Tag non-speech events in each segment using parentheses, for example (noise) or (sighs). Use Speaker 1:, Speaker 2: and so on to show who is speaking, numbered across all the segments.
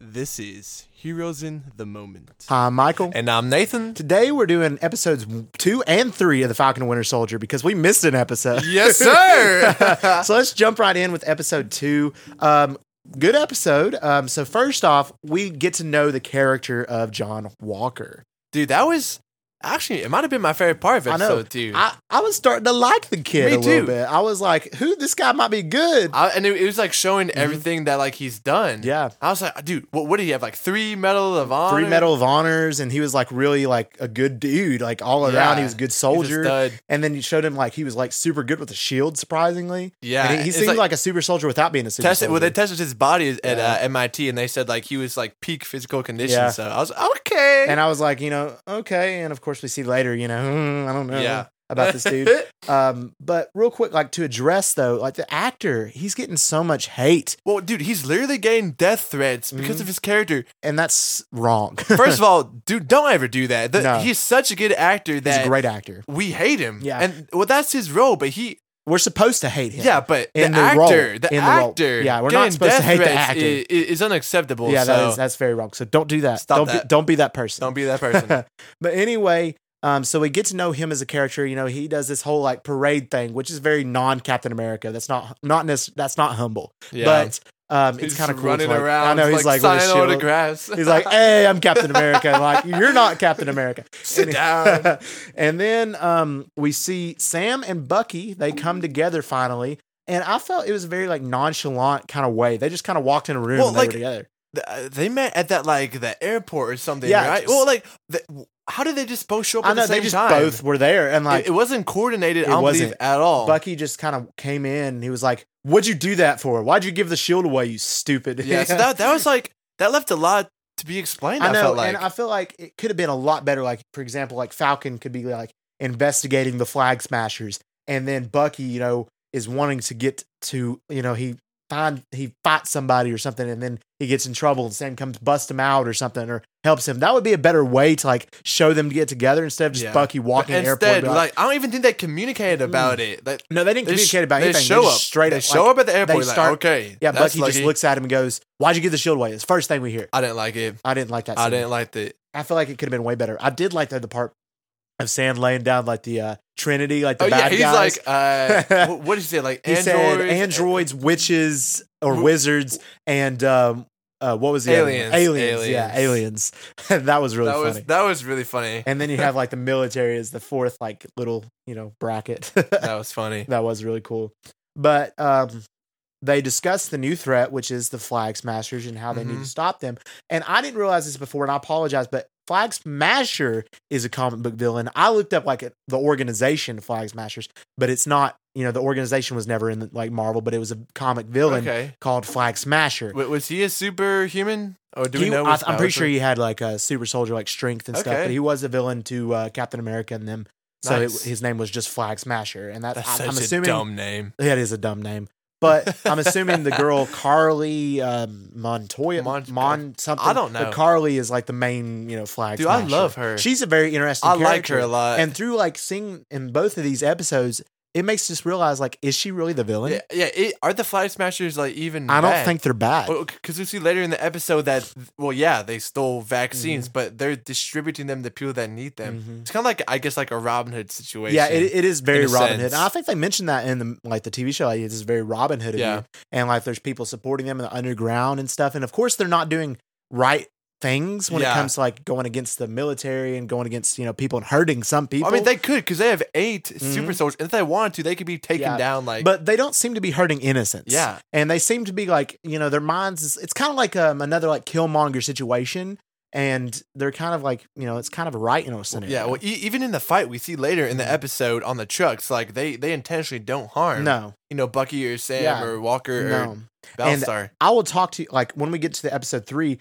Speaker 1: This is Heroes in the Moment.
Speaker 2: Hi, I'm Michael.
Speaker 3: And I'm Nathan.
Speaker 2: Today we're doing episodes two and three of the Falcon and Winter Soldier because we missed an episode.
Speaker 3: Yes, sir.
Speaker 2: (laughs) so let's jump right in with episode two. Um, good episode. Um, so first off, we get to know the character of John Walker.
Speaker 3: Dude, that was actually it might have been my favorite part of
Speaker 2: I know.
Speaker 3: episode two.
Speaker 2: I, I was starting to like the kid
Speaker 3: Me
Speaker 2: a little
Speaker 3: too.
Speaker 2: bit. I was like, "Who? This guy might be good."
Speaker 3: I- and it, it was like showing everything that like he's done.
Speaker 2: Mm-hmm. Yeah.
Speaker 3: I was like, dude, what, what did he have? Like three medal of honor,
Speaker 2: Three Medal of Honors, and he was like really like a good dude, like all around.
Speaker 3: Yeah.
Speaker 2: He was a good
Speaker 3: He's a
Speaker 2: soldier.
Speaker 3: stud.
Speaker 2: and then you showed him like he was like super good with the shield, surprisingly.
Speaker 3: Yeah,
Speaker 2: and he, he
Speaker 3: it's
Speaker 2: seemed like,
Speaker 3: like-
Speaker 2: a super soldier without being a super
Speaker 3: Tested.
Speaker 2: soldier.
Speaker 3: Well, they tested his body at
Speaker 2: Yeah.
Speaker 3: uh, MIT, and they said like he was like peak physical condition.
Speaker 2: Yeah.
Speaker 3: So I was like, okay.
Speaker 2: and I was like, you know, okay. And of course, we see later, you know, (laughs) "Hmm, I don't know
Speaker 3: Yeah.
Speaker 2: about
Speaker 3: (laughs)
Speaker 2: this dude. um, but real quick, like to address though, like the actor, he's getting so much hate,
Speaker 3: well, dude, he's literally getting death threats because
Speaker 2: Mhm.
Speaker 3: of his character.
Speaker 2: and that's wrong. (laughs)
Speaker 3: First of all, (laughs) dude, don't ever do that. The-
Speaker 2: No.
Speaker 3: He's such a good actor
Speaker 2: he's a
Speaker 3: that
Speaker 2: great actor.
Speaker 3: we hate him.
Speaker 2: Yeah.
Speaker 3: and well, that's his role, but he
Speaker 2: We're supposed to hate him.
Speaker 3: Yeah, but the,
Speaker 2: In the
Speaker 3: actor,
Speaker 2: role.
Speaker 3: the
Speaker 2: In the role.
Speaker 3: actor,
Speaker 2: Yeah, we're not
Speaker 3: getting
Speaker 2: supposed to
Speaker 3: death
Speaker 2: hate the
Speaker 3: threats
Speaker 2: actor.
Speaker 3: i- i- Is, unacceptable.
Speaker 2: yeah,
Speaker 3: so
Speaker 2: that is that's very wrong. So don't do that.
Speaker 3: Stop
Speaker 2: don't Be,
Speaker 3: that.
Speaker 2: don't be that person.
Speaker 3: don't be that
Speaker 2: (laughs)
Speaker 3: person.
Speaker 2: but anyway, um, so we get to know him as a character. You know, he does this whole like parade thing, which is very non Captain America. That's not not nec- that's not humble,
Speaker 3: Yeah,
Speaker 2: but um, it's
Speaker 3: He's
Speaker 2: kind of cool.
Speaker 3: running
Speaker 2: It's like-
Speaker 3: around.
Speaker 2: I know he's like, with his
Speaker 3: signing
Speaker 2: shield.
Speaker 3: autographs.
Speaker 2: He's
Speaker 3: (laughs)
Speaker 2: like, hey, I'm Captain America. And, like, you're not Captain America.
Speaker 3: sit
Speaker 2: (laughs)
Speaker 3: down.
Speaker 2: and then um, we see Sam and Bucky. They come together finally. And I felt it was a very like nonchalant kind of way. They just kind of walked in a room
Speaker 3: Well,
Speaker 2: and they
Speaker 3: like,
Speaker 2: were together.
Speaker 3: Th- uh, They met at that like the airport or something,
Speaker 2: Yeah,
Speaker 3: right?
Speaker 2: just-
Speaker 3: Well, like, the, how did they just both show up
Speaker 2: I
Speaker 3: at
Speaker 2: know
Speaker 3: the same
Speaker 2: they just
Speaker 3: time?
Speaker 2: both were there, and
Speaker 3: It-
Speaker 2: like
Speaker 3: it, wasn't coordinated.
Speaker 2: It
Speaker 3: I don't believe
Speaker 2: wasn't.
Speaker 3: at all.
Speaker 2: Bucky just kind of came in and he was like, What'd you do that for? Why'd you give the shield away, you stupid?
Speaker 3: yeah,
Speaker 2: (laughs)
Speaker 3: so that that was like that left a lot to be explained. I,
Speaker 2: I know.
Speaker 3: felt like.
Speaker 2: and I feel like it could have been a lot better. Like, for example, like Falcon could be like investigating the flag smashers. And then Bucky, you know, is wanting to get to, you know, he find he fights somebody or something and then he gets in trouble and Sam comes bust him out or something or helps him. That would be a better way to like show them to get together instead of just
Speaker 3: Yeah.
Speaker 2: Bucky
Speaker 3: But
Speaker 2: walking to the airport. and
Speaker 3: instead,
Speaker 2: be
Speaker 3: like, I don't even think they communicated about it. Like,
Speaker 2: no, they didn't
Speaker 3: They sh-
Speaker 2: communicate about
Speaker 3: they
Speaker 2: anything.
Speaker 3: Show
Speaker 2: they
Speaker 3: up
Speaker 2: just straight
Speaker 3: They
Speaker 2: up like,
Speaker 3: show up at the airport.
Speaker 2: start-
Speaker 3: like, okay,
Speaker 2: Yeah,
Speaker 3: that's
Speaker 2: Bucky just
Speaker 3: lucky.
Speaker 2: looks at him and goes, "Why'd you give the shield away?" It's the first thing we hear.
Speaker 3: I didn't like it.
Speaker 2: I didn't like that.
Speaker 3: I
Speaker 2: scene.
Speaker 3: didn't like the.
Speaker 2: I feel like it could have been way better. I did like the, the part of Sam laying down like the uh, Trinity, like the
Speaker 3: oh
Speaker 2: bad
Speaker 3: yeah, he's
Speaker 2: guys.
Speaker 3: like, uh,
Speaker 2: (laughs)
Speaker 3: wh- what did he say? Like
Speaker 2: he
Speaker 3: androids,
Speaker 2: said androids, witches, or
Speaker 3: Wh-
Speaker 2: wizards, and um, uh, what was the
Speaker 3: Aliens,
Speaker 2: Other one? aliens? Yeah, aliens. (laughs) that was really
Speaker 3: that
Speaker 2: funny.
Speaker 3: was that was really funny.
Speaker 2: and then you have like the military as the fourth like little you know bracket. (laughs)
Speaker 3: that was funny.
Speaker 2: That was really cool. But um, they discussed the new threat, which is the Flag Smashers and how they need to
Speaker 3: Mhm.
Speaker 2: stop them. And I didn't realize this before, and I apologize, but Flag Smasher is a comic book villain. I looked up like the organization Flag Smashers, but it's not. You know, the organization was never in like Marvel, but it was a comic villain
Speaker 3: Okay,
Speaker 2: called Flag Smasher.
Speaker 3: Wa- was he a superhuman? Or do
Speaker 2: He-
Speaker 3: we know?
Speaker 2: I,
Speaker 3: his
Speaker 2: I'm
Speaker 3: powers
Speaker 2: pretty sure he had like a super soldier like strength and stuff,
Speaker 3: Okay.
Speaker 2: but he was a villain to uh, Captain America and them. So
Speaker 3: Nice.
Speaker 2: it, his name was just Flag Smasher, and that,
Speaker 3: That's
Speaker 2: I,
Speaker 3: such
Speaker 2: am
Speaker 3: a
Speaker 2: assuming
Speaker 3: dumb name.
Speaker 2: that is a dumb name. But I'm assuming
Speaker 3: (laughs)
Speaker 2: the girl Carly um, Montoya, Mon,
Speaker 3: Mon-
Speaker 2: something.
Speaker 3: I don't know.
Speaker 2: But Carly is like the main, you know, flag.
Speaker 3: Dude, I
Speaker 2: smasher.
Speaker 3: love her.
Speaker 2: She's a very interesting.
Speaker 3: I like
Speaker 2: character.
Speaker 3: her a lot.
Speaker 2: And through like seeing in both of these episodes, it makes us realize like, is she really the villain?
Speaker 3: yeah, yeah it, are the Flag Smashers like even?
Speaker 2: I don't
Speaker 3: bad?
Speaker 2: think they're bad.
Speaker 3: because Oh, we see later in the episode that well yeah they stole vaccines
Speaker 2: Mm-hmm.
Speaker 3: but they're distributing them to people that need them
Speaker 2: Mhm.
Speaker 3: it's kind of like i guess like a robin hood situation
Speaker 2: Yeah, it, it is very
Speaker 3: a
Speaker 2: Robin Hood.
Speaker 3: sense.
Speaker 2: And I think they mentioned that in the like the TV show. Like, this is very Robin Hood. of
Speaker 3: Yeah.
Speaker 2: you. and like there's people supporting them in the underground and stuff. And of course, they're not doing right things when it
Speaker 3: Yeah.
Speaker 2: comes to like going against the military and going against you know people and hurting some people. Mm-hmm.
Speaker 3: i mean they could because they have 8 super soldiers and if they wanted to they could be taken
Speaker 2: Yeah,
Speaker 3: down like
Speaker 2: but they don't seem to be hurting innocents.
Speaker 3: Yeah.
Speaker 2: and they seem to be like you know their minds. Is, it's kind of like um, another like Killmonger situation, and they're kind of like you know it's kind of right in a scenario.
Speaker 3: yeah well e- even in the fight we see later
Speaker 2: Mm-hmm.
Speaker 3: in the episode on the trucks like they they intentionally don't harm
Speaker 2: no,
Speaker 3: you know bucky or sam
Speaker 2: Yeah.
Speaker 3: or walker
Speaker 2: no.
Speaker 3: or
Speaker 2: And-
Speaker 3: Battlestar.
Speaker 2: I will talk to you like when we get to the episode three.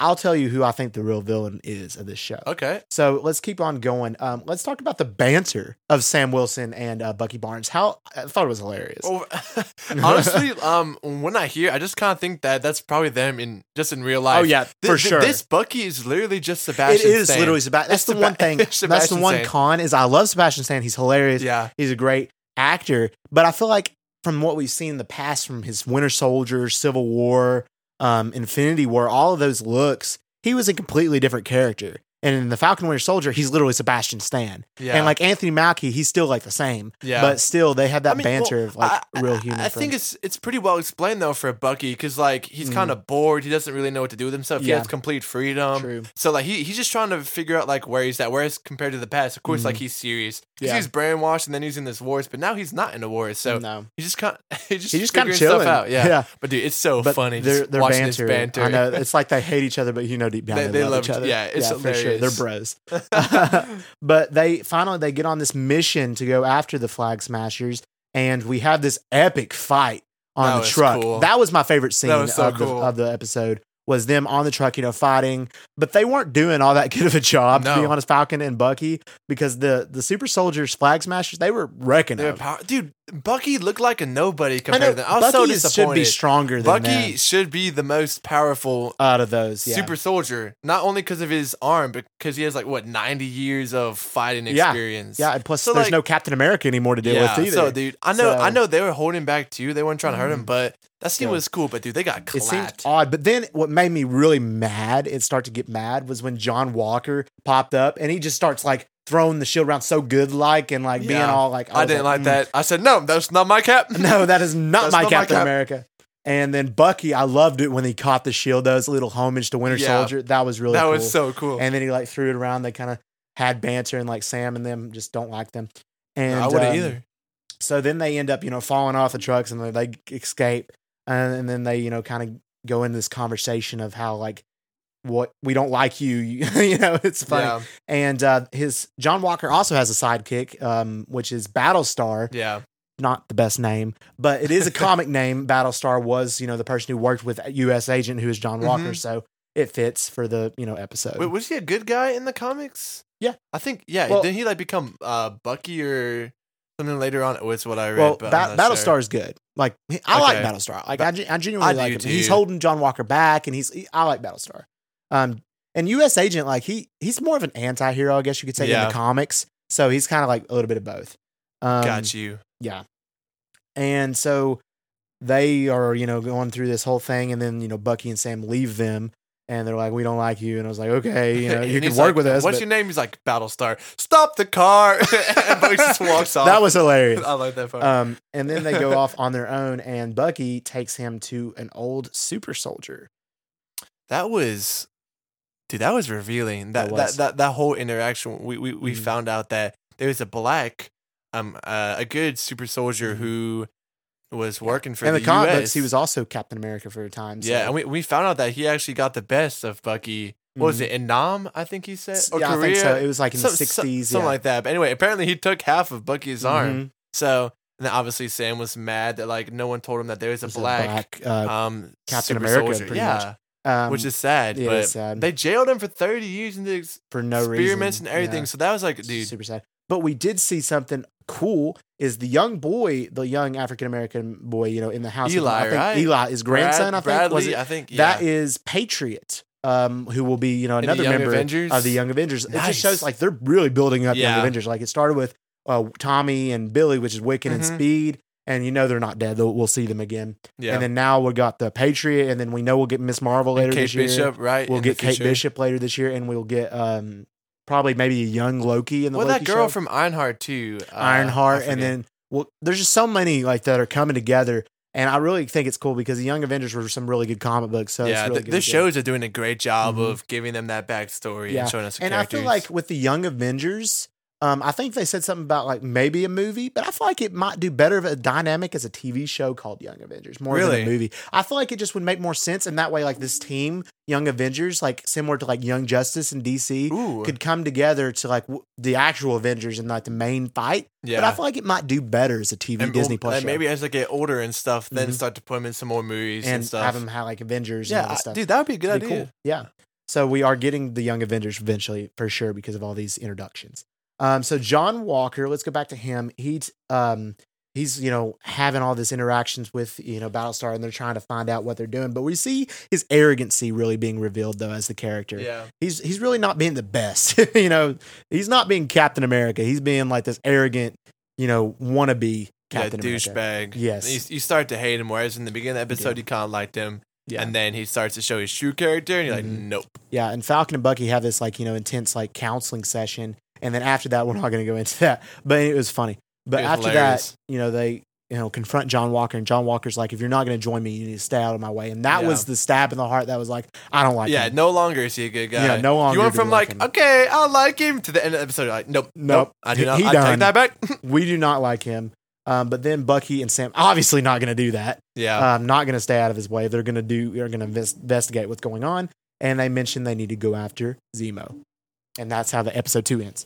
Speaker 2: I'll tell you who I think the real villain is of this show.
Speaker 3: okay
Speaker 2: So let's keep on going. Um, let's talk about the banter of Sam Wilson and uh, Bucky Barnes. How I thought it was hilarious. (laughs)
Speaker 3: Well, (laughs) honestly um when i hear i just kind of think that that's probably them in just in
Speaker 2: Oh,
Speaker 3: real life
Speaker 2: yeah,
Speaker 3: Th- th- This Bucky is literally just
Speaker 2: it
Speaker 3: Sebastian.
Speaker 2: is
Speaker 3: Stan.
Speaker 2: literally Sebastian. That's
Speaker 3: It's
Speaker 2: the
Speaker 3: Seba-
Speaker 2: one
Speaker 3: (laughs)
Speaker 2: thing.
Speaker 3: it's
Speaker 2: That's the
Speaker 3: Sebastian
Speaker 2: one
Speaker 3: Stan.
Speaker 2: con is I love Sebastian Stan. He's hilarious.
Speaker 3: Yeah.
Speaker 2: He's a great actor, but I feel like from what we've seen in the past from his Winter Soldier, Civil War, um, Infinity War, all of those looks, he was a completely different character. And in the Falcon Winter Soldier, he's literally Sebastian Stan.
Speaker 3: Yeah.
Speaker 2: And like Anthony Mackie, he's still like the same.
Speaker 3: yeah.
Speaker 2: But still, they have
Speaker 3: I
Speaker 2: that
Speaker 3: mean,
Speaker 2: banter
Speaker 3: well,
Speaker 2: of like
Speaker 3: I-
Speaker 2: real
Speaker 3: I-
Speaker 2: human.
Speaker 3: I, think it's it's pretty well explained though for Bucky because like he's kind of bored. He doesn't really know what to do with himself. He
Speaker 2: Mm. Yeah.
Speaker 3: has complete freedom.
Speaker 2: true.
Speaker 3: So like he he's just trying to figure out like where he's at. Whereas compared to the past, of course, like he's serious. 'Cause
Speaker 2: Mm. Yeah.
Speaker 3: He's brainwashed and then he's in this wars, but now he's not in the wars. So
Speaker 2: no.
Speaker 3: he just (laughs) kind he just
Speaker 2: He's just kind
Speaker 3: figuring
Speaker 2: of
Speaker 3: stuff
Speaker 2: chilling.
Speaker 3: out. Yeah.
Speaker 2: yeah.
Speaker 3: But dude, it's so
Speaker 2: But
Speaker 3: funny.
Speaker 2: They're,
Speaker 3: just
Speaker 2: they're
Speaker 3: watching
Speaker 2: banter.
Speaker 3: this banter.
Speaker 2: I know it's like they hate each other, but you know deep down
Speaker 3: They-
Speaker 2: they,
Speaker 3: they
Speaker 2: love,
Speaker 3: love
Speaker 2: each
Speaker 3: each-
Speaker 2: other.
Speaker 3: yeah, it's
Speaker 2: They're
Speaker 3: hilarious.
Speaker 2: bros.
Speaker 3: (laughs)
Speaker 2: (laughs) but they finally they get on this mission to go after the flag smashers, and we have this epic fight on
Speaker 3: That
Speaker 2: the
Speaker 3: was
Speaker 2: truck.
Speaker 3: cool.
Speaker 2: That was my favorite scene
Speaker 3: was so
Speaker 2: of, the,
Speaker 3: cool.
Speaker 2: of the episode. Was them on the truck, you know, fighting, but they weren't doing all that (laughs) good of a job to be
Speaker 3: No.
Speaker 2: honest. Falcon and Bucky, because the the super soldiers, flag smashers, they were wrecking
Speaker 3: They were
Speaker 2: them.
Speaker 3: power- dude, Bucky looked like a nobody
Speaker 2: I
Speaker 3: compared
Speaker 2: know
Speaker 3: to them. I was so
Speaker 2: Bucky is- should be
Speaker 3: disappointed.
Speaker 2: stronger than
Speaker 3: Bucky
Speaker 2: them
Speaker 3: should be the most powerful
Speaker 2: out of those. Yeah.
Speaker 3: super soldier, not only because of his arm, but because he has like what ninety years of fighting
Speaker 2: Yeah.
Speaker 3: experience.
Speaker 2: Yeah, and plus
Speaker 3: So,
Speaker 2: there's
Speaker 3: like-
Speaker 2: no Captain America anymore to deal with either.
Speaker 3: So, dude, I know,
Speaker 2: So- Mm.
Speaker 3: I know they were holding back too. They weren't trying to hurt him, but that scene
Speaker 2: Yeah.
Speaker 3: was cool. But dude, they got
Speaker 2: it seemed
Speaker 3: clapped.
Speaker 2: odd, but then what made me really mad and start to get mad was when John Walker popped up and he just starts like throwing the shield around so good like and like being
Speaker 3: Yeah.
Speaker 2: all like
Speaker 3: I
Speaker 2: was
Speaker 3: didn't like
Speaker 2: "Mm,
Speaker 3: that. I said, no, that's not my cap.
Speaker 2: (laughs) No, that is not
Speaker 3: That's
Speaker 2: my
Speaker 3: not my
Speaker 2: Captain
Speaker 3: Cap-
Speaker 2: America. And then Bucky, I loved it when he caught the shield. That was a little homage to Winter
Speaker 3: Yeah.
Speaker 2: Soldier. That was really
Speaker 3: (laughs) that
Speaker 2: cool.
Speaker 3: was so cool.
Speaker 2: and then he like threw it around. They kind of had banter and like Sam and them just don't like them. And
Speaker 3: I wouldn't
Speaker 2: um,
Speaker 3: either.
Speaker 2: So then they end up, you know, falling off the trucks and they they escape. And, and then they, you know, kind of go into this conversation of how, like, what we don't like you. (laughs) You, you know, it's funny.
Speaker 3: Yeah,
Speaker 2: And uh, his John Walker also has a sidekick, um, which is Battlestar.
Speaker 3: yeah,
Speaker 2: Not the best name, but it
Speaker 3: (laughs)
Speaker 2: is a comic name. Battlestar was, you know, the person who worked with U.S. Agent, who is John Walker.
Speaker 3: Mhm.
Speaker 2: So it fits for the, you know, episode.
Speaker 3: Wait, was he a good guy in the comics?
Speaker 2: Uh, Yeah.
Speaker 3: I think. Yeah,
Speaker 2: Well-
Speaker 3: didn't he like become uh, Bucky or something later on? Was what I read.
Speaker 2: well,
Speaker 3: but
Speaker 2: ba-
Speaker 3: I'm not
Speaker 2: Battlestar
Speaker 3: sure.
Speaker 2: is good. Like he- I like
Speaker 3: Okay.
Speaker 2: Battlestar. Like I, gen- I genuinely
Speaker 3: I
Speaker 2: like
Speaker 3: do
Speaker 2: him. He's
Speaker 3: too.
Speaker 2: holding John Walker back, and he's he- I like Battlestar. Um, and U.S. Agent, like he he's more of an anti-hero, I guess you could say, in
Speaker 3: Yeah.
Speaker 2: the comics. So he's kind of like a little bit of both. Um,
Speaker 3: Got you.
Speaker 2: Yeah, and so they are you know going through this whole thing, and then you know Bucky and Sam leave them, and they're like, "We don't like you," and I was like, "Okay,
Speaker 3: (laughs)
Speaker 2: you know,
Speaker 3: And
Speaker 2: you can
Speaker 3: he's
Speaker 2: work
Speaker 3: like,
Speaker 2: with us."
Speaker 3: What's
Speaker 2: but-
Speaker 3: your name? He's like Battlestar. Stop the car. (laughs) and Bucky just walks off.
Speaker 2: (laughs) That was hilarious.
Speaker 3: (laughs) I like (laughs) that part.
Speaker 2: Um, and then they go off on their own, and Bucky takes him to an old super soldier.
Speaker 3: that was dude that was revealing that
Speaker 2: That was.
Speaker 3: that, that that whole interaction we we, we
Speaker 2: Mhm.
Speaker 3: found out that there was a black um uh, a good super soldier who was working for
Speaker 2: In Mm-hmm. the,
Speaker 3: the,
Speaker 2: comic
Speaker 3: US.
Speaker 2: books, he was also Captain America for a time. So.
Speaker 3: yeah and we, we found out that he actually got the best of bucky what was
Speaker 2: Mhm.
Speaker 3: it in nam i think he said or
Speaker 2: yeah, I
Speaker 3: korea
Speaker 2: think so. It was like in
Speaker 3: Some-
Speaker 2: the
Speaker 3: some-
Speaker 2: sixties,
Speaker 3: something
Speaker 2: yeah.
Speaker 3: like that but anyway apparently he took half of bucky's arm
Speaker 2: Mhm.
Speaker 3: so and then obviously sam was mad that like no one told him that there was a
Speaker 2: It was
Speaker 3: black,
Speaker 2: uh,
Speaker 3: um
Speaker 2: Captain
Speaker 3: super
Speaker 2: America,
Speaker 3: soldier.
Speaker 2: pretty
Speaker 3: yeah
Speaker 2: much. um,
Speaker 3: which is sad
Speaker 2: yeah,
Speaker 3: but
Speaker 2: it's sad.
Speaker 3: they jailed him for 30 years and did ex-
Speaker 2: for no reason.
Speaker 3: experiments and everything.
Speaker 2: Yeah.
Speaker 3: So that was like,
Speaker 2: It's
Speaker 3: dude,
Speaker 2: super sad. But we did see something cool. Is the young boy, the young African American boy, you know, in the house? with him.
Speaker 3: Eli,
Speaker 2: I think
Speaker 3: right?
Speaker 2: Eli, his grandson,
Speaker 3: Brad-
Speaker 2: I think, was
Speaker 3: Bradley,
Speaker 2: it?
Speaker 3: I think
Speaker 2: that
Speaker 3: yeah.
Speaker 2: is Patriot, um, who will be you know
Speaker 3: In the
Speaker 2: another
Speaker 3: Young
Speaker 2: member
Speaker 3: Avengers?
Speaker 2: of the Young Avengers. It
Speaker 3: Nice.
Speaker 2: just shows like they're really building up Young
Speaker 3: Yeah.
Speaker 2: Avengers. Like it started with uh, Tommy and Billy, which is Wiccan and
Speaker 3: Mhm.
Speaker 2: Speed, and you know they're not dead. They'll, we'll see them again.
Speaker 3: yeah.
Speaker 2: And then now we got the Patriot, and then we know we'll get Miss Marvel later
Speaker 3: Kate
Speaker 2: this year.
Speaker 3: Bishop, right?
Speaker 2: We'll
Speaker 3: in the
Speaker 2: get Kate
Speaker 3: future.
Speaker 2: Bishop later this year, and we'll get um, probably maybe a young Loki in the
Speaker 3: Well, that
Speaker 2: Loki
Speaker 3: girl
Speaker 2: show.
Speaker 3: from Ironheart too. uh, I
Speaker 2: Ironheart, and
Speaker 3: forget.
Speaker 2: then well, there's just so many like that are coming together. And I really think it's cool because the Young Avengers were some really good comic books. So
Speaker 3: yeah,
Speaker 2: it's
Speaker 3: th-
Speaker 2: really good
Speaker 3: the
Speaker 2: to get.
Speaker 3: shows are doing a great job
Speaker 2: Mhm.
Speaker 3: of giving them that backstory
Speaker 2: Yeah.
Speaker 3: and showing us. The
Speaker 2: and
Speaker 3: characters.
Speaker 2: I feel like with the Young Avengers, um, I think they said something about like maybe a movie, but I feel like it might do better of a dynamic as a TV show called Young Avengers more
Speaker 3: Really?
Speaker 2: than a movie. I feel like it just would make more sense, and that way, like this team, Young Avengers, like similar to like Young Justice and DC,
Speaker 3: Ooh,
Speaker 2: could come together to like w- the actual Avengers and like the main fight.
Speaker 3: yeah.
Speaker 2: But I feel like it might do better as a TV
Speaker 3: and
Speaker 2: Disney
Speaker 3: we'll-
Speaker 2: Plus
Speaker 3: and
Speaker 2: show,
Speaker 3: maybe as I get older and stuff, then
Speaker 2: Mhm.
Speaker 3: start to put them in some more movies and,
Speaker 2: and
Speaker 3: stuff.
Speaker 2: have them have like Avengers. and
Speaker 3: yeah,
Speaker 2: all
Speaker 3: I-
Speaker 2: this stuff.
Speaker 3: dude, that would be a good
Speaker 2: Be
Speaker 3: idea.
Speaker 2: cool. Yeah. So we are getting the Young Avengers eventually for sure because of all these introductions. Um, so John Walker, let's go back to him. He's um, he's you know having all this interactions with you know Battlestar, and they're trying to find out what they're doing. But we see his arrogancy really being revealed though as the character.
Speaker 3: Yeah,
Speaker 2: He's he's really not being the best. (laughs) you know, he's not being Captain America. He's being like this arrogant, you know,
Speaker 3: yeah,
Speaker 2: wannabe Captain America.
Speaker 3: douchebag.
Speaker 2: Yes.
Speaker 3: you, you start to hate him. Whereas in the beginning of the episode, you kind of liked him.
Speaker 2: Yeah.
Speaker 3: And then he starts to show his true character, and you're like,
Speaker 2: Mhm.
Speaker 3: nope.
Speaker 2: Yeah, and Falcon and Bucky have this like you know intense like counseling session, and then after that, (laughs) we're not going to go into that. But it was funny. But
Speaker 3: It was
Speaker 2: after
Speaker 3: hilarious.
Speaker 2: that, you know, they you know confront John Walker, and John Walker's like, "If you're not going to join me, you need to stay out of my way." And that
Speaker 3: Yeah.
Speaker 2: was the stab in the heart that was like, "I don't like
Speaker 3: yeah,
Speaker 2: him."
Speaker 3: no longer is he a good guy.
Speaker 2: Yeah, no longer
Speaker 3: You went
Speaker 2: do we
Speaker 3: from
Speaker 2: like
Speaker 3: like,
Speaker 2: him.
Speaker 3: okay, I like him, to the end of the episode, you're like, nope, nope,
Speaker 2: Nope.
Speaker 3: I
Speaker 2: He-
Speaker 3: do not.
Speaker 2: he
Speaker 3: I
Speaker 2: done.
Speaker 3: take that back. (laughs)
Speaker 2: We do not like him." Um, but then Bucky and Sam obviously not going to do that.
Speaker 3: yeah,
Speaker 2: um, not going to stay out of his way. They're going to do. They're going to investigate what's going on, and they mention they need to go after Zemo, and that's how the episode two ends.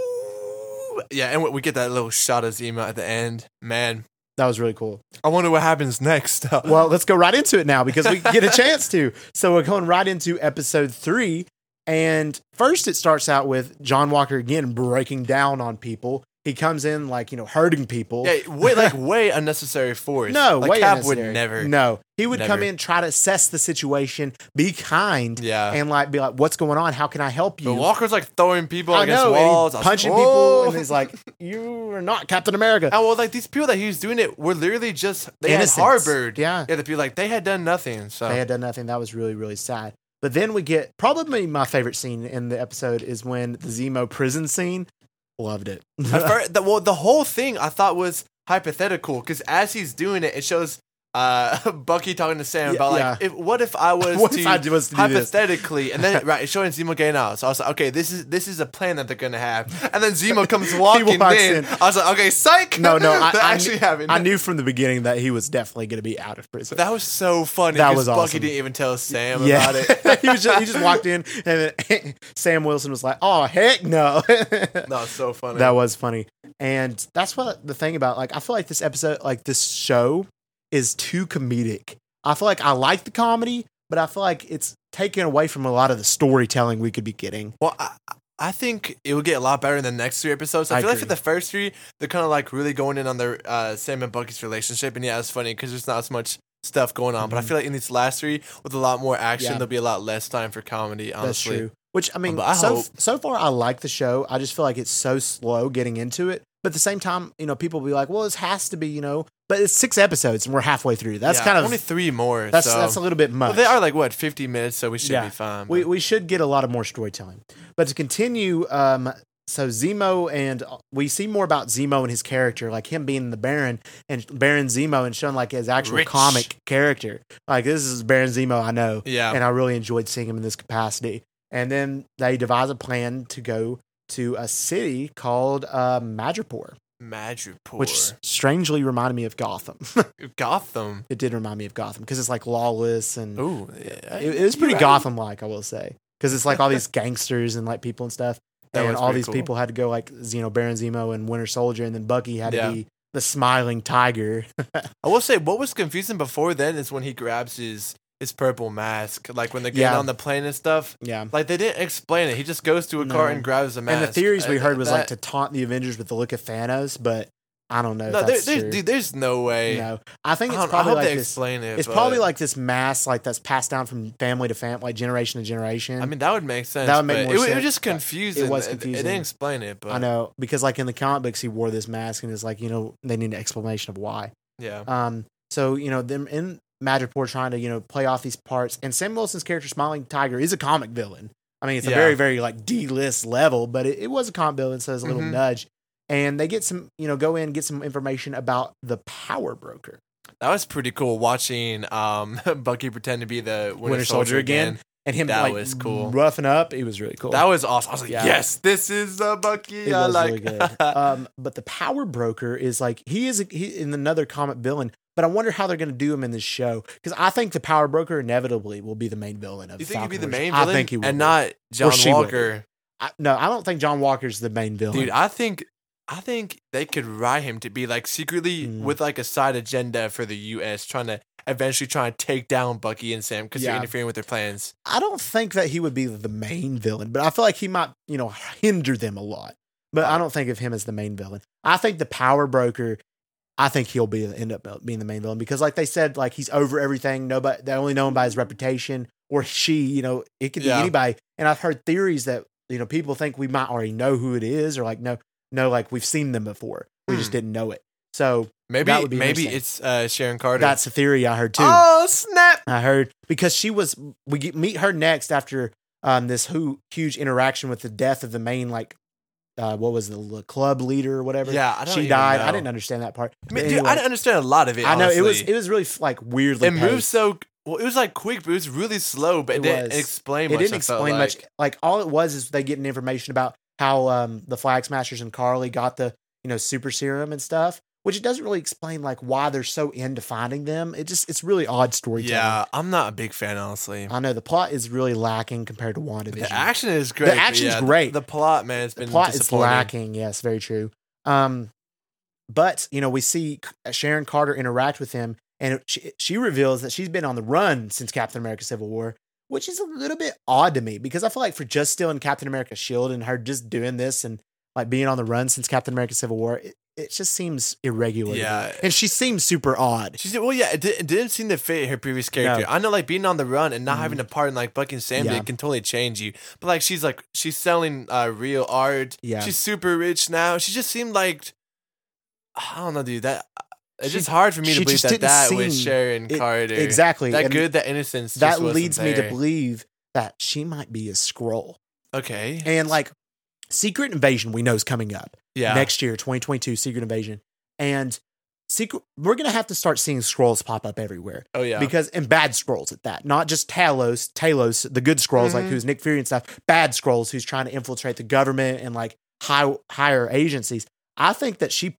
Speaker 3: Oh, yeah, and we- we get that little shot of Zima at the end. Man,
Speaker 2: That was really cool.
Speaker 3: I wonder what happens next. (laughs)
Speaker 2: Well, let's go right into it now because we get a chance to. So we're going right into episode three, and first it starts out with John Walker again breaking down on people. He comes in like you know hurting people.
Speaker 3: yeah, way,
Speaker 2: (laughs)
Speaker 3: like way unnecessary force.
Speaker 2: No,
Speaker 3: like
Speaker 2: way
Speaker 3: Cap would
Speaker 2: unnecessary.
Speaker 3: never.
Speaker 2: No, he would come
Speaker 3: never.
Speaker 2: in, try to assess the situation, be kind,
Speaker 3: Yeah,
Speaker 2: and like be like, "What's going on? How can I help you?"
Speaker 3: but Walker's like throwing people
Speaker 2: I
Speaker 3: against
Speaker 2: know, and he
Speaker 3: walls, I was
Speaker 2: punching
Speaker 3: like,
Speaker 2: people,
Speaker 3: "Oh."
Speaker 2: and he's like, "You are not Captain America."
Speaker 3: and well, like these people that he was doing it were literally just they
Speaker 2: Innocents.
Speaker 3: had harbored.
Speaker 2: Yeah.
Speaker 3: yeah, the people like they had done nothing. So
Speaker 2: They had done nothing. That was really, really sad. But then we get probably my favorite scene in the episode is when the Zemo prison scene.
Speaker 3: (laughs)
Speaker 2: Loved it.
Speaker 3: At first, the, well, the whole thing I thought was hypothetical because as he's doing it, it shows uh, (laughs) Bucky talking to Sam
Speaker 2: Yeah,
Speaker 3: about like,
Speaker 2: yeah.
Speaker 3: if, what if
Speaker 2: (laughs)
Speaker 3: I was
Speaker 2: what
Speaker 3: to
Speaker 2: if I was to do this?
Speaker 3: hypothetically, and
Speaker 2: (laughs)
Speaker 3: then right, it's showing Zemo getting out. So I was like, okay, this is this is a plan that they're gonna have, and then Zemo
Speaker 2: (laughs)
Speaker 3: comes walking
Speaker 2: walks
Speaker 3: in.
Speaker 2: in.
Speaker 3: I was like, okay, psych.
Speaker 2: No,
Speaker 3: (laughs)
Speaker 2: no, I-
Speaker 3: that
Speaker 2: I
Speaker 3: actually
Speaker 2: knew-
Speaker 3: happened.
Speaker 2: I knew from the beginning that he was definitely going to be out of prison.
Speaker 3: that was so funny.
Speaker 2: That
Speaker 3: 'cause
Speaker 2: was
Speaker 3: Bucky
Speaker 2: awesome.
Speaker 3: didn't even tell Sam
Speaker 2: yeah,
Speaker 3: about it.
Speaker 2: (laughs) he was just he
Speaker 3: (laughs)
Speaker 2: just walked in, and then (laughs) Sam Wilson was like, "Oh
Speaker 3: (laughs)
Speaker 2: heck no."
Speaker 3: That was so funny.
Speaker 2: That was funny. And that's what the thing about like I feel like this episode like this show is too comedic. I feel like I like the comedy, but I feel like it's taken away from a lot of the storytelling we could be getting.
Speaker 3: Well, I, I think it will get a lot better in the next three episodes. I,
Speaker 2: I
Speaker 3: feel like for
Speaker 2: agree.
Speaker 3: the first three, they're kind of like really going in on their uh, Sam and Bucky's relationship, and yeah, it's funny because there's not as much stuff going on. But I
Speaker 2: Mhm.
Speaker 3: feel like in these last three, with a lot more action,
Speaker 2: Yeah.
Speaker 3: there'll be a lot less time for comedy. Honestly,
Speaker 2: That's true. Which I mean,
Speaker 3: But I
Speaker 2: so
Speaker 3: hope-
Speaker 2: so far I like the show. I just feel like it's so slow getting into it. But at the same time, you know, people be like, "Well, this has to be," you know. But it's six episodes, and we're halfway through. That's
Speaker 3: Yeah,
Speaker 2: kind of
Speaker 3: only three more.
Speaker 2: that's
Speaker 3: so.
Speaker 2: that's a little bit much.
Speaker 3: well, they are like what 50 minutes, so we should
Speaker 2: Yeah.
Speaker 3: be fine.
Speaker 2: we,
Speaker 3: but-
Speaker 2: we should get a lot of more storytelling. But to continue, um, so Zemo and uh, we see more about Zemo and his character, like him being the Baron and Baron Zemo and showing like his actual
Speaker 3: Rich.
Speaker 2: comic character. Like this is Baron Zemo I know,
Speaker 3: yeah,
Speaker 2: and I really enjoyed seeing him in this capacity. And then they devise a plan to go to a city called uh, Madripoor,
Speaker 3: Madripoor,
Speaker 2: which s- strangely reminded me of Gotham.
Speaker 3: Gotham.
Speaker 2: it did remind me of Gotham because it's like lawless and
Speaker 3: Ooh, yeah,
Speaker 2: Mm. it, it was
Speaker 3: you
Speaker 2: pretty
Speaker 3: right.
Speaker 2: Gotham like, I will say, because it's like
Speaker 3: (laughs)
Speaker 2: all these gangsters and like people and stuff,
Speaker 3: That
Speaker 2: and
Speaker 3: was
Speaker 2: all
Speaker 3: pretty
Speaker 2: these
Speaker 3: cool.
Speaker 2: people had to go like you know Baron Zemo and Winter Soldier, and then Bucky had
Speaker 3: Yeah.
Speaker 2: to be the smiling tiger. (laughs)
Speaker 3: I will say what was confusing before then is when he grabs his his purple mask, like when they're getting
Speaker 2: Yeah.
Speaker 3: on the plane and stuff.
Speaker 2: yeah.
Speaker 3: Like they didn't explain it. He just goes to a
Speaker 2: No.
Speaker 3: car and grabs a mask.
Speaker 2: And the theories we
Speaker 3: Uh,
Speaker 2: heard was like to
Speaker 3: that-
Speaker 2: taunt the Avengers with the look of Thanos, but I don't know. if
Speaker 3: no, there,
Speaker 2: that's
Speaker 3: there's
Speaker 2: true.
Speaker 3: dude, there's no way.
Speaker 2: no, I
Speaker 3: I,
Speaker 2: think it's
Speaker 3: don't- I
Speaker 2: probably
Speaker 3: hope
Speaker 2: like
Speaker 3: they
Speaker 2: this.
Speaker 3: explain it.
Speaker 2: It's
Speaker 3: but-
Speaker 2: probably like this mass like that's passed down from family to family, like generation to generation.
Speaker 3: I mean, that would make sense.
Speaker 2: That would make
Speaker 3: but
Speaker 2: more
Speaker 3: it, wa- It
Speaker 2: sense,
Speaker 3: was just
Speaker 2: but it
Speaker 3: confusing.
Speaker 2: was
Speaker 3: It,
Speaker 2: confusing.
Speaker 3: didn't explain it, but
Speaker 2: I know because like in the comic books, he wore this mask, and it's like you know they need an explanation of why.
Speaker 3: yeah,
Speaker 2: Um, so you know them in Madripoor trying to you know play off these parts, and Sam Wilson's character Smiling Tiger is a comic villain. I mean, it's
Speaker 3: Yeah.
Speaker 2: a very very like D list level, but it, it was a comic villain, so it's a little
Speaker 3: Mhm.
Speaker 2: nudge. And they get some you know go in and get some information about the Power Broker,
Speaker 3: that was pretty cool. Watching um (laughs) Bucky pretend to be the Winter,
Speaker 2: Winter Soldier again. and him
Speaker 3: That
Speaker 2: like
Speaker 3: was cool.
Speaker 2: roughing up. It was really cool.
Speaker 3: That was awesome. I was like,
Speaker 2: Yeah.
Speaker 3: yes, this is the Bucky.
Speaker 2: it
Speaker 3: I
Speaker 2: was
Speaker 3: like. (laughs)
Speaker 2: really good. um, but the Power Broker is like he is a, he, in another comic villain. But I wonder how they're going to do him in this show because I think the Power Broker inevitably will be the main villain of.
Speaker 3: you think he'd be
Speaker 2: Falcon
Speaker 3: the
Speaker 2: Winter-
Speaker 3: main villain?
Speaker 2: I think he will,
Speaker 3: and
Speaker 2: be.
Speaker 3: not John
Speaker 2: she will be.
Speaker 3: Walker.
Speaker 2: I, no, I don't think John Walker's the main villain.
Speaker 3: Dude, I think I think they could write him to be like secretly
Speaker 2: Mm.
Speaker 3: with like a side agenda for the U.S. trying to eventually trying to take down Bucky and Sam because they are
Speaker 2: Yeah.
Speaker 3: interfering with their plans.
Speaker 2: I don't think that he would be the main villain, but I feel like he might, you know, hinder them a lot. But I don't think of him as the main villain. I think the power broker. I think he'll be end up being the main villain because, like they said, like he's over everything. Nobody they only know him by his reputation or she. You know, it could
Speaker 3: Yeah.
Speaker 2: be anybody. And I've heard theories that you know people think we might already know who it is, or like no, no, like we've seen them before. We just
Speaker 3: Hmm.
Speaker 2: didn't know it. So
Speaker 3: Maybe
Speaker 2: That would be
Speaker 3: maybe
Speaker 2: interesting.
Speaker 3: it's uh, Sharon Carter.
Speaker 2: That's a theory I heard too.
Speaker 3: Oh snap!
Speaker 2: I heard because she was we get, meet her next after um this who huge interaction with the death of the main like uh what was the l- club leader or whatever.
Speaker 3: Yeah, I don't
Speaker 2: she
Speaker 3: even
Speaker 2: died. I
Speaker 3: know.
Speaker 2: didn't understand that part.
Speaker 3: I mean,
Speaker 2: But
Speaker 3: dude, I
Speaker 2: anyway,
Speaker 3: didn't understand a lot of it.
Speaker 2: I know it was
Speaker 3: honestly.
Speaker 2: it was really f- like weirdly
Speaker 3: It moved
Speaker 2: paced.
Speaker 3: so well. It was like quick, but it was really slow. But it,
Speaker 2: It
Speaker 3: didn't
Speaker 2: was.
Speaker 3: explain.
Speaker 2: It
Speaker 3: much,
Speaker 2: didn't
Speaker 3: I felt
Speaker 2: explain much.
Speaker 3: like.
Speaker 2: Like all it was is they getting information about how um the flag smashers and Carly got the you know super serum and stuff, which it doesn't really explain like why they're so into finding them. It just it's really odd storytelling.
Speaker 3: Yeah, I'm not a big fan, honestly.
Speaker 2: I know the plot is really lacking compared to WandaVision.
Speaker 3: The action is great. but
Speaker 2: action's
Speaker 3: yeah,
Speaker 2: great.
Speaker 3: The plot, man, it's
Speaker 2: the
Speaker 3: been
Speaker 2: plot is
Speaker 3: disappointing.
Speaker 2: lacking. Yes, very true. Um, but you know, we see Sharon Carter interact with him, and she, she reveals that she's been on the run since Captain America: Civil War, which is a little bit odd to me because I feel like for just stealing Captain America's shield E and her just doing this and like being on the run since Captain America: Civil War, it, it just seems irregular. to me.
Speaker 3: Yeah.
Speaker 2: and she seems super odd.
Speaker 3: She said, "Well, yeah, it, did, it didn't seem to fit her previous character. I know, like being on the run and not
Speaker 2: Mhm.
Speaker 3: having a part in like Buck and Sam,
Speaker 2: Yeah.
Speaker 3: it can totally change you. But like, she's like, she's selling uh, real art.
Speaker 2: Yeah.
Speaker 3: she's super rich now. She just seemed like, I don't know, dude. That it's
Speaker 2: She-
Speaker 3: just hard for me to
Speaker 2: she
Speaker 3: believe
Speaker 2: just
Speaker 3: that
Speaker 2: didn't
Speaker 3: that was
Speaker 2: seem-
Speaker 3: Sharon
Speaker 2: it-
Speaker 3: Carter.
Speaker 2: exactly.
Speaker 3: That
Speaker 2: and
Speaker 3: good, that innocence. just
Speaker 2: That
Speaker 3: wasn't
Speaker 2: leads me to
Speaker 3: there.
Speaker 2: believe that she might be a scroll.
Speaker 3: Okay.
Speaker 2: And like Secret Invasion, we know is coming up
Speaker 3: yeah.
Speaker 2: next year, 2022, Secret Invasion. And secret, we're going to have to start seeing scrolls pop up everywhere
Speaker 3: oh yeah.
Speaker 2: because, and bad scrolls at that, not just Talos, Talos, the good scrolls, like
Speaker 3: Mhm.
Speaker 2: who's Nick Fury and stuff, bad scrolls who's trying to infiltrate the government and like high, higher agencies. I think that she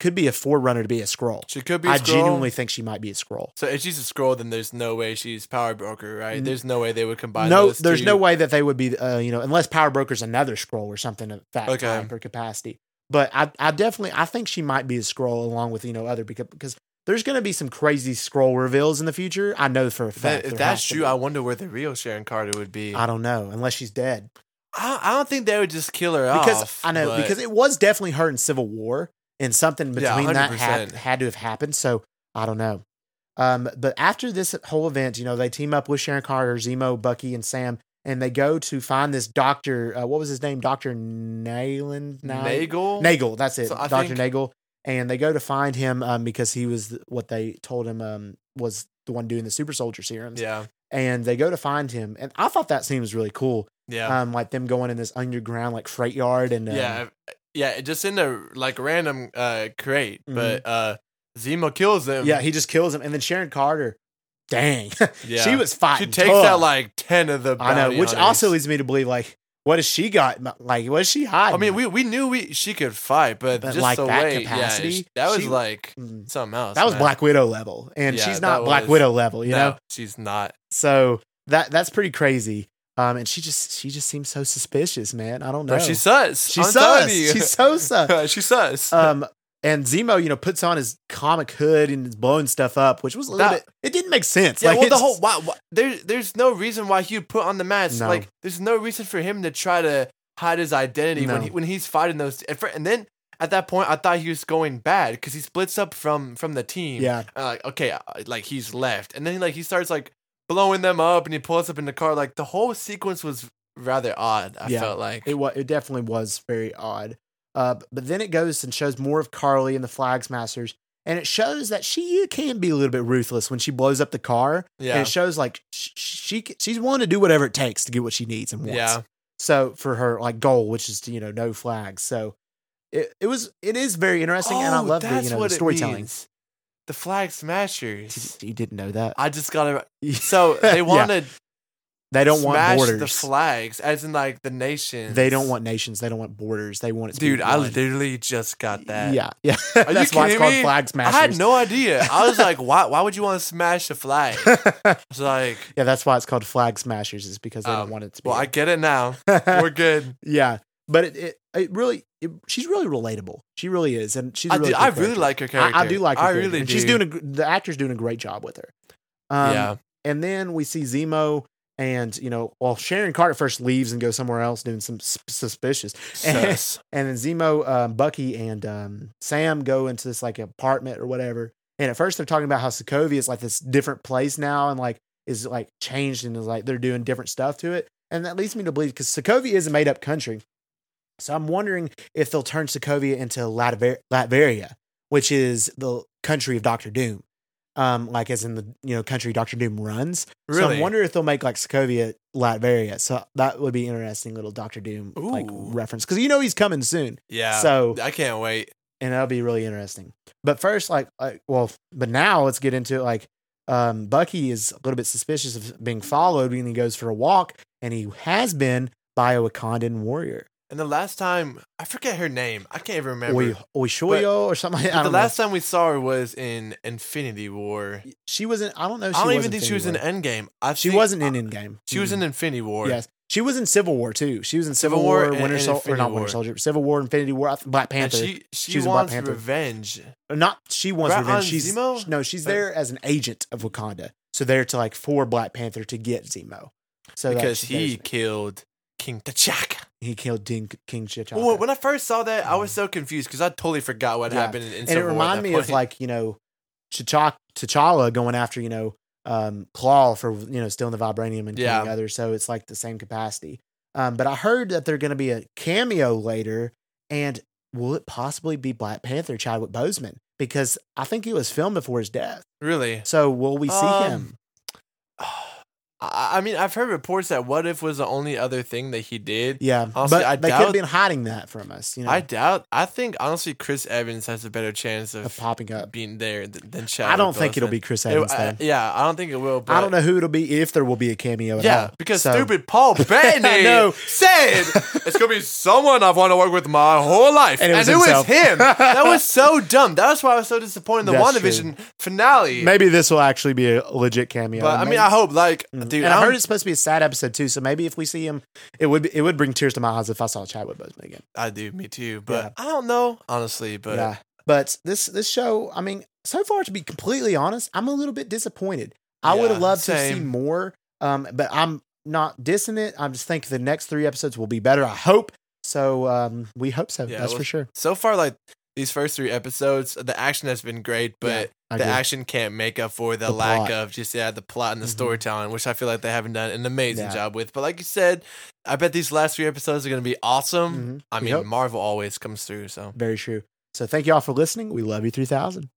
Speaker 2: could be a forerunner to be a scroll.
Speaker 3: she could be. a
Speaker 2: I
Speaker 3: Skrull.
Speaker 2: genuinely think she might be a scroll.
Speaker 3: So if she's a scroll, then there's no way she's power broker, right?
Speaker 2: N-
Speaker 3: There's no way they would combine.
Speaker 2: Mm-hmm. no,
Speaker 3: those
Speaker 2: there's
Speaker 3: two.
Speaker 2: no way that they would be, uh, you know, unless Power Broker's another scroll or something of that
Speaker 3: Okay.
Speaker 2: type or capacity. But I, I definitely, I think she might be a scroll along with you know other because, because there's going to be some crazy scroll reveals in the future. I know for a
Speaker 3: If,
Speaker 2: fact.
Speaker 3: that, if
Speaker 2: there
Speaker 3: that's
Speaker 2: has to
Speaker 3: true,
Speaker 2: be.
Speaker 3: I wonder where the real Sharon Carter would be.
Speaker 2: I don't know unless she's dead
Speaker 3: I, I don't think they would just kill her
Speaker 2: because
Speaker 3: off.
Speaker 2: I know
Speaker 3: but-
Speaker 2: because it was definitely her in Civil War and something between
Speaker 3: Yeah,
Speaker 2: that hap-
Speaker 3: 100%.
Speaker 2: had to have happened. So I don't know. Um, but after this whole event, you know, they team up with Sharon Carter, Zemo, Bucky, and Sam, and they go to find this doctor. Uh, what was his name? Doctor Nayland Ni-
Speaker 3: Nagel.
Speaker 2: Nagel. That's it,
Speaker 3: So I
Speaker 2: Doctor
Speaker 3: think-
Speaker 2: Nagel. And they go to find him um, because he was th- what they told him um, was the one doing the super soldier serums.
Speaker 3: Yeah,
Speaker 2: And they go to find him, and I thought that scene was really cool.
Speaker 3: yeah,
Speaker 2: Um, like them going in this underground like freight yard, and um,
Speaker 3: yeah, yeah. Just in a like random uh crate, but uh Zemo kills him.
Speaker 2: Mm-hmm. Yeah, he just kills him. And then Sharon Carter, dang, (laughs)
Speaker 3: yeah.
Speaker 2: she was fighting.
Speaker 3: She takes
Speaker 2: tough.
Speaker 3: out like ten of the.
Speaker 2: I know,
Speaker 3: bounty
Speaker 2: which
Speaker 3: hunters.
Speaker 2: also leads me to believe like, what has she got? Like, what is she hiding?
Speaker 3: I mean, we we knew we she could fight, but,
Speaker 2: But,
Speaker 3: just
Speaker 2: like,
Speaker 3: the
Speaker 2: that
Speaker 3: way,
Speaker 2: capacity,
Speaker 3: yeah, sh- that was
Speaker 2: she-
Speaker 3: like
Speaker 2: Mm.
Speaker 3: something else.
Speaker 2: that was
Speaker 3: man.
Speaker 2: Black Widow level, and
Speaker 3: Yeah,
Speaker 2: she's not
Speaker 3: that
Speaker 2: Black
Speaker 3: was-
Speaker 2: Widow level, you
Speaker 3: No,
Speaker 2: know.
Speaker 3: she's not.
Speaker 2: So that that's pretty crazy. Um, and she just she just seems so suspicious, man. I don't know.
Speaker 3: No, she sus.
Speaker 2: she's
Speaker 3: I'm telling
Speaker 2: sus.
Speaker 3: you.
Speaker 2: She's so
Speaker 3: (laughs)
Speaker 2: sus.
Speaker 3: she sus.
Speaker 2: um, and Zemo, you know, puts on his comic hood and is blowing stuff up, which was a little
Speaker 3: That-
Speaker 2: bit. It didn't make sense.
Speaker 3: Yeah,
Speaker 2: like,
Speaker 3: well,
Speaker 2: it
Speaker 3: the
Speaker 2: just-
Speaker 3: whole why, why, there, there's no reason why he would put on the mask.
Speaker 2: No.
Speaker 3: Like, there's no reason for him to try to hide his identity when
Speaker 2: No.
Speaker 3: he, when he's fighting those. at fir- And then at that point, I thought he was going bad because he splits up from from the team.
Speaker 2: yeah,
Speaker 3: And, like okay, uh, like he's left, and then like he starts like blowing them up, and he pulls up in the car. Like the whole sequence was rather odd. I
Speaker 2: Yeah.
Speaker 3: felt like
Speaker 2: It was. It definitely was very odd. Uh, b- but then it goes and shows more of Carly and the Flags Masters, and it shows that she can be a little bit ruthless when she blows up the car.
Speaker 3: yeah,
Speaker 2: And it shows like sh- she c- she's willing to do whatever it takes to get what she needs and wants.
Speaker 3: yeah.
Speaker 2: So for her like goal, which is to you know no flags. So it, it was it is very interesting, and I love the you know the
Speaker 3: Oh, it
Speaker 2: storytelling.
Speaker 3: means. The flag smashers.
Speaker 2: You didn't know that.
Speaker 3: I just
Speaker 2: (laughs)
Speaker 3: gotta. So they
Speaker 2: Yeah.
Speaker 3: want to
Speaker 2: They don't
Speaker 3: smash
Speaker 2: want borders.
Speaker 3: the flags, as in like the nation.
Speaker 2: they don't want nations. They don't want borders. They want it. To be
Speaker 3: Dude, I
Speaker 2: one.
Speaker 3: literally just got that.
Speaker 2: Yeah, yeah.
Speaker 3: you
Speaker 2: (laughs) That's why it's
Speaker 3: kidding
Speaker 2: called
Speaker 3: me?
Speaker 2: Flag
Speaker 3: I
Speaker 2: Smashers.
Speaker 3: had no idea. I was like, why? Why would you want to smash the
Speaker 2: (laughs)
Speaker 3: flag? It's like,
Speaker 2: yeah, that's why it's called Flag Smashers is because they
Speaker 3: Um,
Speaker 2: don't want it to be.
Speaker 3: well, I get it now. We're good.
Speaker 2: (laughs) yeah, but it, it, it really it, she's really relatable. She really is, and she's. a
Speaker 3: I,
Speaker 2: really
Speaker 3: do,
Speaker 2: cool
Speaker 3: I really
Speaker 2: character.
Speaker 3: like her
Speaker 2: I-
Speaker 3: character.
Speaker 2: I, do like. Her
Speaker 3: I
Speaker 2: character,
Speaker 3: really
Speaker 2: and
Speaker 3: do.
Speaker 2: She's doing a, gr- the actor's doing a great job with her. Um,
Speaker 3: yeah,
Speaker 2: and then we see Zemo. And you know, well, Sharon Carter first leaves and goes somewhere else doing some s- suspicious. (laughs)
Speaker 3: sus.
Speaker 2: And then Zemo, um, Bucky, and um, Sam go into this like apartment or whatever. And at first, they're talking about how Sokovia is like this different place now, and like is like changed, and is like they're doing different stuff to it. And that leads me to believe because Sokovia is a made up country, so I'm wondering if they'll turn Sokovia into Latver- Latveria, which is the country of Doctor Doom, um, like as in the you know country Doctor Doom runs. So
Speaker 3: Really?
Speaker 2: I wonder if they'll make like Sokovia, Latveria. So that would be interesting little Doctor Doom like
Speaker 3: Ooh.
Speaker 2: reference because you know he's coming soon.
Speaker 3: Yeah.
Speaker 2: So
Speaker 3: I can't wait.
Speaker 2: and that'll be really interesting. But first, like, like, well, but now let's get into it. Like, um, Bucky is a little bit suspicious of being followed when he goes for a walk, and he has been by a Wakandan warrior,
Speaker 3: And the last time, I forget her name. I can't even remember.
Speaker 2: Oi- Oishoyo or something. Like, that. (laughs)
Speaker 3: But
Speaker 2: I
Speaker 3: the
Speaker 2: don't know.
Speaker 3: last time we saw her was in Infinity War.
Speaker 2: she wasn't. I don't know. She
Speaker 3: I don't
Speaker 2: was
Speaker 3: even think she was in
Speaker 2: Infinity War.
Speaker 3: Endgame. I
Speaker 2: She
Speaker 3: think-
Speaker 2: wasn't in Endgame.
Speaker 3: She was in Infinity War.
Speaker 2: Yes, she was in Civil War too. She was in Civil,
Speaker 3: Civil
Speaker 2: War,
Speaker 3: War and-
Speaker 2: Winter
Speaker 3: and
Speaker 2: Soldier, or
Speaker 3: Infinity
Speaker 2: not
Speaker 3: War.
Speaker 2: Winter Soldier, but Civil War, Infinity War, I th- Black
Speaker 3: And
Speaker 2: Panther.
Speaker 3: she she
Speaker 2: She was in Black
Speaker 3: wants
Speaker 2: Panther.
Speaker 3: revenge.
Speaker 2: not she wants
Speaker 3: Rat
Speaker 2: revenge.
Speaker 3: on
Speaker 2: She's
Speaker 3: Zemo?
Speaker 2: no, she's
Speaker 3: But-
Speaker 2: there as an agent of Wakanda, so there to like for Black Panther to get Zemo. So like,
Speaker 3: because
Speaker 2: she's there
Speaker 3: he
Speaker 2: as-
Speaker 3: killed King T'Chaka.
Speaker 2: he killed Ding, King T'Chaka.
Speaker 3: Well, when I first saw that, I was so confused because I totally forgot what
Speaker 2: Yeah.
Speaker 3: happened. In, in
Speaker 2: and it
Speaker 3: Civil War at
Speaker 2: reminded
Speaker 3: that
Speaker 2: me of
Speaker 3: point. (laughs)
Speaker 2: like you know T'Chaka, T'Challa going after you know um, Claw for you know stealing the vibranium and
Speaker 3: Yeah.
Speaker 2: killing others. So it's like the same capacity. Um, but I heard that they're going to be a cameo later, and will it possibly be Black Panther Chadwick Boseman? Because I think he was filmed before his death.
Speaker 3: really. (sighs)
Speaker 2: So will we see
Speaker 3: Um,
Speaker 2: him?
Speaker 3: I, I mean, I've heard reports that What If was the only other thing that he did.
Speaker 2: Yeah,
Speaker 3: Honestly,
Speaker 2: but
Speaker 3: I
Speaker 2: they could have
Speaker 3: doubt-
Speaker 2: been hiding that from us. You know,
Speaker 3: I doubt. I think honestly, Chris Evans has a better chance of
Speaker 2: of popping up.
Speaker 3: being there th- than Chadwick.
Speaker 2: I don't think it'll
Speaker 3: Boseman.
Speaker 2: be Chris
Speaker 3: It-
Speaker 2: Evans.
Speaker 3: I-
Speaker 2: though.
Speaker 3: yeah, I don't think it will. But
Speaker 2: I don't know who it'll be if there will be a cameo. At
Speaker 3: Yeah,
Speaker 2: all.
Speaker 3: because
Speaker 2: uh, So- (laughs)
Speaker 3: stupid Paul
Speaker 2: I
Speaker 3: Bettany
Speaker 2: know.
Speaker 3: said it's gonna be someone I've wanted to work with my whole life,
Speaker 2: And it was himself.
Speaker 3: him. That
Speaker 2: (laughs)
Speaker 3: was so dumb. That was why I was so disappointed in the
Speaker 2: That's
Speaker 3: WandaVision finale.
Speaker 2: Maybe this will actually be a legit cameo.
Speaker 3: but I
Speaker 2: Maybe-
Speaker 3: mean, I hope like
Speaker 2: Mm.
Speaker 3: dude,
Speaker 2: and I
Speaker 3: I'm-
Speaker 2: heard it's supposed to be a sad episode too. So maybe if we see him, it would be, it would bring tears to my eyes if I saw Chadwick Boseman again.
Speaker 3: I do, me too. But I don't know, honestly. But
Speaker 2: yeah, but this this show, I mean, so far to be completely honest, I'm a little bit disappointed. I would have
Speaker 3: Yeah,
Speaker 2: loved to see
Speaker 3: same.
Speaker 2: more, um, but I'm not dissing it. I just think the next three episodes will be better. I hope so. Um, we hope so.
Speaker 3: Yeah,
Speaker 2: That's
Speaker 3: well,
Speaker 2: for sure.
Speaker 3: so far, like these first three episodes, the action has been great, but
Speaker 2: I
Speaker 3: the
Speaker 2: agree.
Speaker 3: action can't make up for the,
Speaker 2: The
Speaker 3: lack
Speaker 2: plot.
Speaker 3: of just yeah the plot and the
Speaker 2: Mhm.
Speaker 3: storytelling, which I feel like they haven't done an amazing
Speaker 2: Yeah.
Speaker 3: job with. But like you said, I bet these last three episodes are gonna be awesome.
Speaker 2: Mhm.
Speaker 3: I
Speaker 2: We
Speaker 3: mean,
Speaker 2: hope.
Speaker 3: Marvel always comes through, so.
Speaker 2: Very true. So thank you all for listening. We love you 3000.